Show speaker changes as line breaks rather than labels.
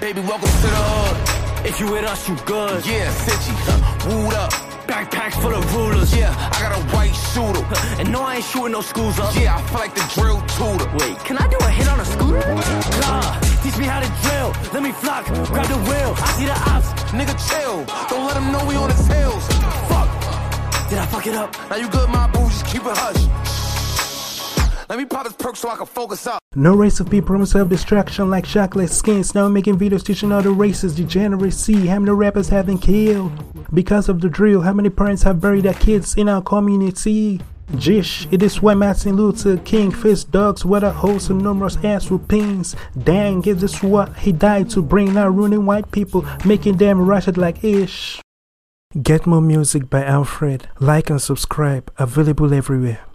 Baby, welcome to the hood.
If you with us, you good.
Yeah, Cincy, huh, wooed up.
Backpack full of rulers.
Yeah, I got a white shooter.
And no, I ain't shooting no schools up.
Yeah, I feel like the drill tutor.
Wait, can I do a hit on a scooter? Nah, teach me how to drill. Let me flock, grab the wheel. I see the ops.
Nigga, chill. Don't let him know we on his heels.
Fuck. Did I fuck it up?
Now you good, my boo, just keep it hush. Let me pop this perk so I can focus up.
No race of people promise self destruction like chocolate skins. Now I'm making videos teaching other races degeneracy. How many rappers have been killed because of the drill? How many parents have buried their kids in our community? Jish, it is why Martin Luther King faced dogs with a host of numerous ass whoopings. Dang, is this what he died to bring? Now ruining white people, making them ratchet like ish. Get more music by Alfred. Like and subscribe. Available everywhere.